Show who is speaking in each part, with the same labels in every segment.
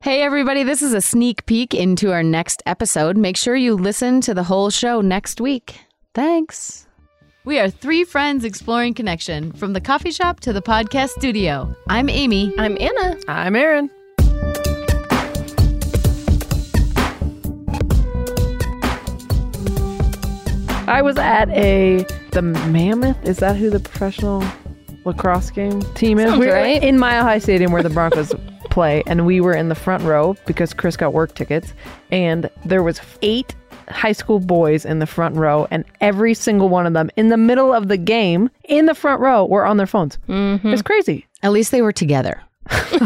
Speaker 1: Hey, everybody, this is a sneak peek into our next episode. Make sure you listen to the whole show next week. Thanks. We are three friends exploring connection from the coffee shop to the podcast studio. I'm Amy.
Speaker 2: I'm Anna.
Speaker 3: I'm Aaron. I was at a the Mammoth. Is that who the professional lacrosse game team is?
Speaker 2: Sounds
Speaker 3: we were
Speaker 2: right.
Speaker 3: in Mile High Stadium where the Broncos play, and we were in the front row because Chris got work tickets, and there was eight high school boys in the front row, and every single one of them in the middle of the game in the front row were on their phones.
Speaker 2: Mm-hmm.
Speaker 3: It's crazy.
Speaker 1: At least they were together.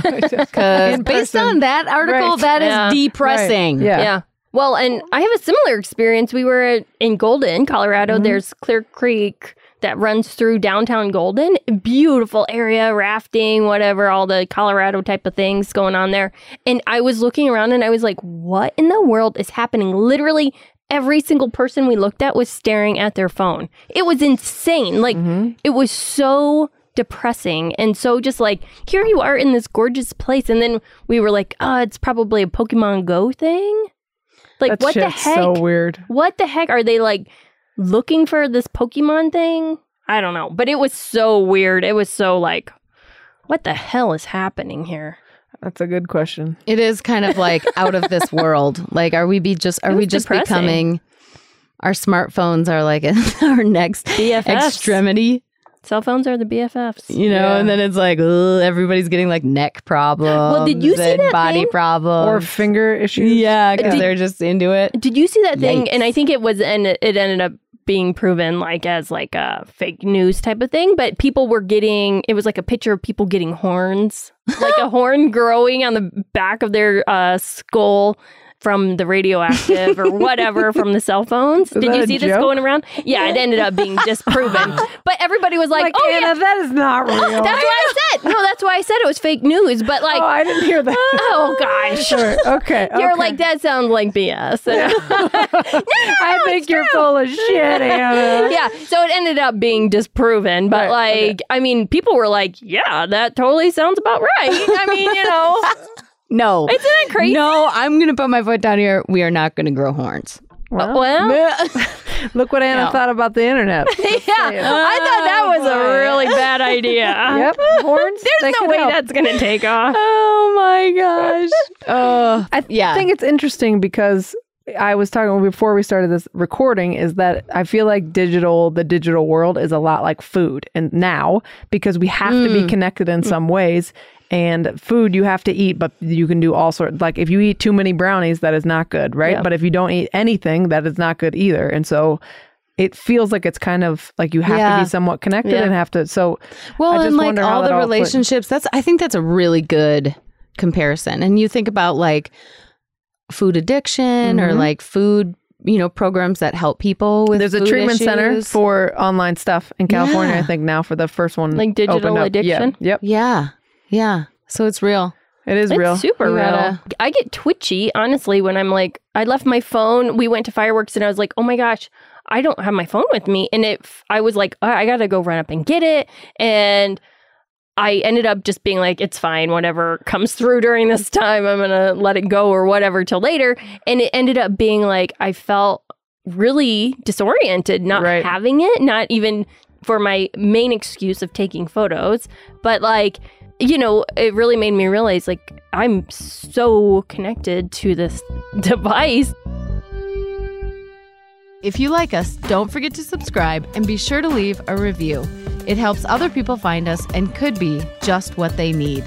Speaker 3: Because
Speaker 1: Based on that article,
Speaker 3: Right.
Speaker 1: that is
Speaker 2: Yeah.
Speaker 1: depressing.
Speaker 3: Yeah.
Speaker 2: Yeah. Well, and I have a similar experience. We were at, in Golden, Colorado. There's Clear Creek that runs through downtown Golden. Beautiful area, rafting, whatever, all the Colorado type of things going on there. And I was looking around and I was like, what in the world is happening? Literally every single person we looked at was staring at their phone. It was insane. Like it was so depressing and so just like here you are in this gorgeous place and then we were like, "Oh, it's probably a Pokemon Go thing." Like
Speaker 3: That
Speaker 2: what the
Speaker 3: shit's
Speaker 2: heck?
Speaker 3: so weird.
Speaker 2: what the heck are they like looking for this Pokemon thing? I don't know, but it was so weird. It was so like what the hell is happening here?
Speaker 3: That's a good question.
Speaker 1: It is kind of like out of this world. Like, are we be just are
Speaker 2: It
Speaker 1: we
Speaker 2: was
Speaker 1: just
Speaker 2: depressing.
Speaker 1: becoming our smartphones are like our next
Speaker 2: BFFs.
Speaker 1: extremity,
Speaker 2: Cell phones are the BFFs.
Speaker 1: you know? And then it's like ugh, everybody's getting like neck problems.
Speaker 2: did you see
Speaker 1: and
Speaker 2: that
Speaker 1: body
Speaker 2: thing?
Speaker 1: problems
Speaker 2: Um,
Speaker 3: or finger issues.
Speaker 1: Yeah, because
Speaker 2: Did-
Speaker 1: they're just into it.
Speaker 2: Did you see that thing? And I
Speaker 1: Yikes.
Speaker 2: think it was, and it ended up being proven like as like a fake news type of thing. But people were getting it was like a picture of people getting horns, like a horn growing on the back of their uh, skull from the radioactive or whatever from the cell phones. Did
Speaker 3: that
Speaker 2: you
Speaker 3: a
Speaker 2: see this
Speaker 3: joke?
Speaker 2: going around? Yeah, it ended up being disproven. but everybody was like,
Speaker 3: Like,
Speaker 2: "Oh
Speaker 3: Anna,
Speaker 2: yeah."
Speaker 3: that is not real.
Speaker 2: That's what I said. No, that's why I said it was fake news. But like,
Speaker 3: oh, I didn't hear that.
Speaker 2: oh gosh,
Speaker 3: Sure. Okay.
Speaker 2: you're
Speaker 3: okay.
Speaker 2: like that sounds like BS. And "Oh,
Speaker 3: I think you're full of shit, Anna.
Speaker 2: yeah. So it ended up being disproven, but
Speaker 3: Right,
Speaker 2: like, I mean, people were like, "Yeah, that totally sounds about right." I mean, you know,
Speaker 1: No.
Speaker 2: isn't that crazy?
Speaker 1: No, I'm gonna put my foot down here. We are not gonna grow horns.
Speaker 2: Well,
Speaker 3: Oh,
Speaker 2: yeah,
Speaker 3: Look what Anna
Speaker 1: No.
Speaker 3: thought about the internet.
Speaker 2: I thought that was a really bad idea.
Speaker 3: yep. Horns.
Speaker 2: There's
Speaker 3: they
Speaker 2: no
Speaker 3: could
Speaker 2: way
Speaker 3: help.
Speaker 2: that's gonna take off.
Speaker 1: Oh my gosh. Oh
Speaker 3: I
Speaker 1: yeah.
Speaker 3: think it's interesting because I was talking before we started this recording is that I feel like digital, the digital world is a lot like food. And now, because we have
Speaker 1: Hmm.
Speaker 3: to be connected in some ways, and food you have to eat, but you can do all sorts. Like if you eat too many brownies, that is not good, right? But if you don't eat anything, that is not good either. And so it feels like it's kind of like you have
Speaker 1: Yeah.
Speaker 3: to be somewhat connected
Speaker 2: Yeah.
Speaker 3: and have to. So I
Speaker 1: well
Speaker 3: just
Speaker 1: and like
Speaker 3: wonder how
Speaker 1: all
Speaker 3: that
Speaker 1: the
Speaker 3: all put-
Speaker 1: relationships, that's I think that's a really good comparison. And you think about like food addiction or like food, you know, programs that help people with
Speaker 3: Mm-hmm. There's a
Speaker 1: food
Speaker 3: treatment center
Speaker 1: issues.
Speaker 3: for online stuff in California,
Speaker 1: Yeah.
Speaker 3: I think now for the first one,
Speaker 2: Like digital
Speaker 3: opened up. Yeah.
Speaker 2: addiction?
Speaker 3: Yep,
Speaker 1: Yeah. Yeah. So it's real.
Speaker 3: it is
Speaker 2: It's
Speaker 3: real.
Speaker 2: super
Speaker 1: You
Speaker 2: real.
Speaker 1: gotta-
Speaker 2: I get twitchy, honestly, when I'm like, I left my phone. We went to fireworks, and I was like, oh my gosh, I don't have my phone with me. And it, I was like, "Oh, I gotta go run up and get it, and I ended up just being like, it's fine, whatever comes through during this time, I'm gonna let it go or whatever till later. And it ended up being like, I felt really disoriented not
Speaker 3: Right.
Speaker 2: having it, not even for my main excuse of taking photos, but like you know, it really made me realize like I'm so connected to this device.
Speaker 1: If you like us, don't forget to subscribe and be sure to leave a review. It helps other people find us and could be just what they need.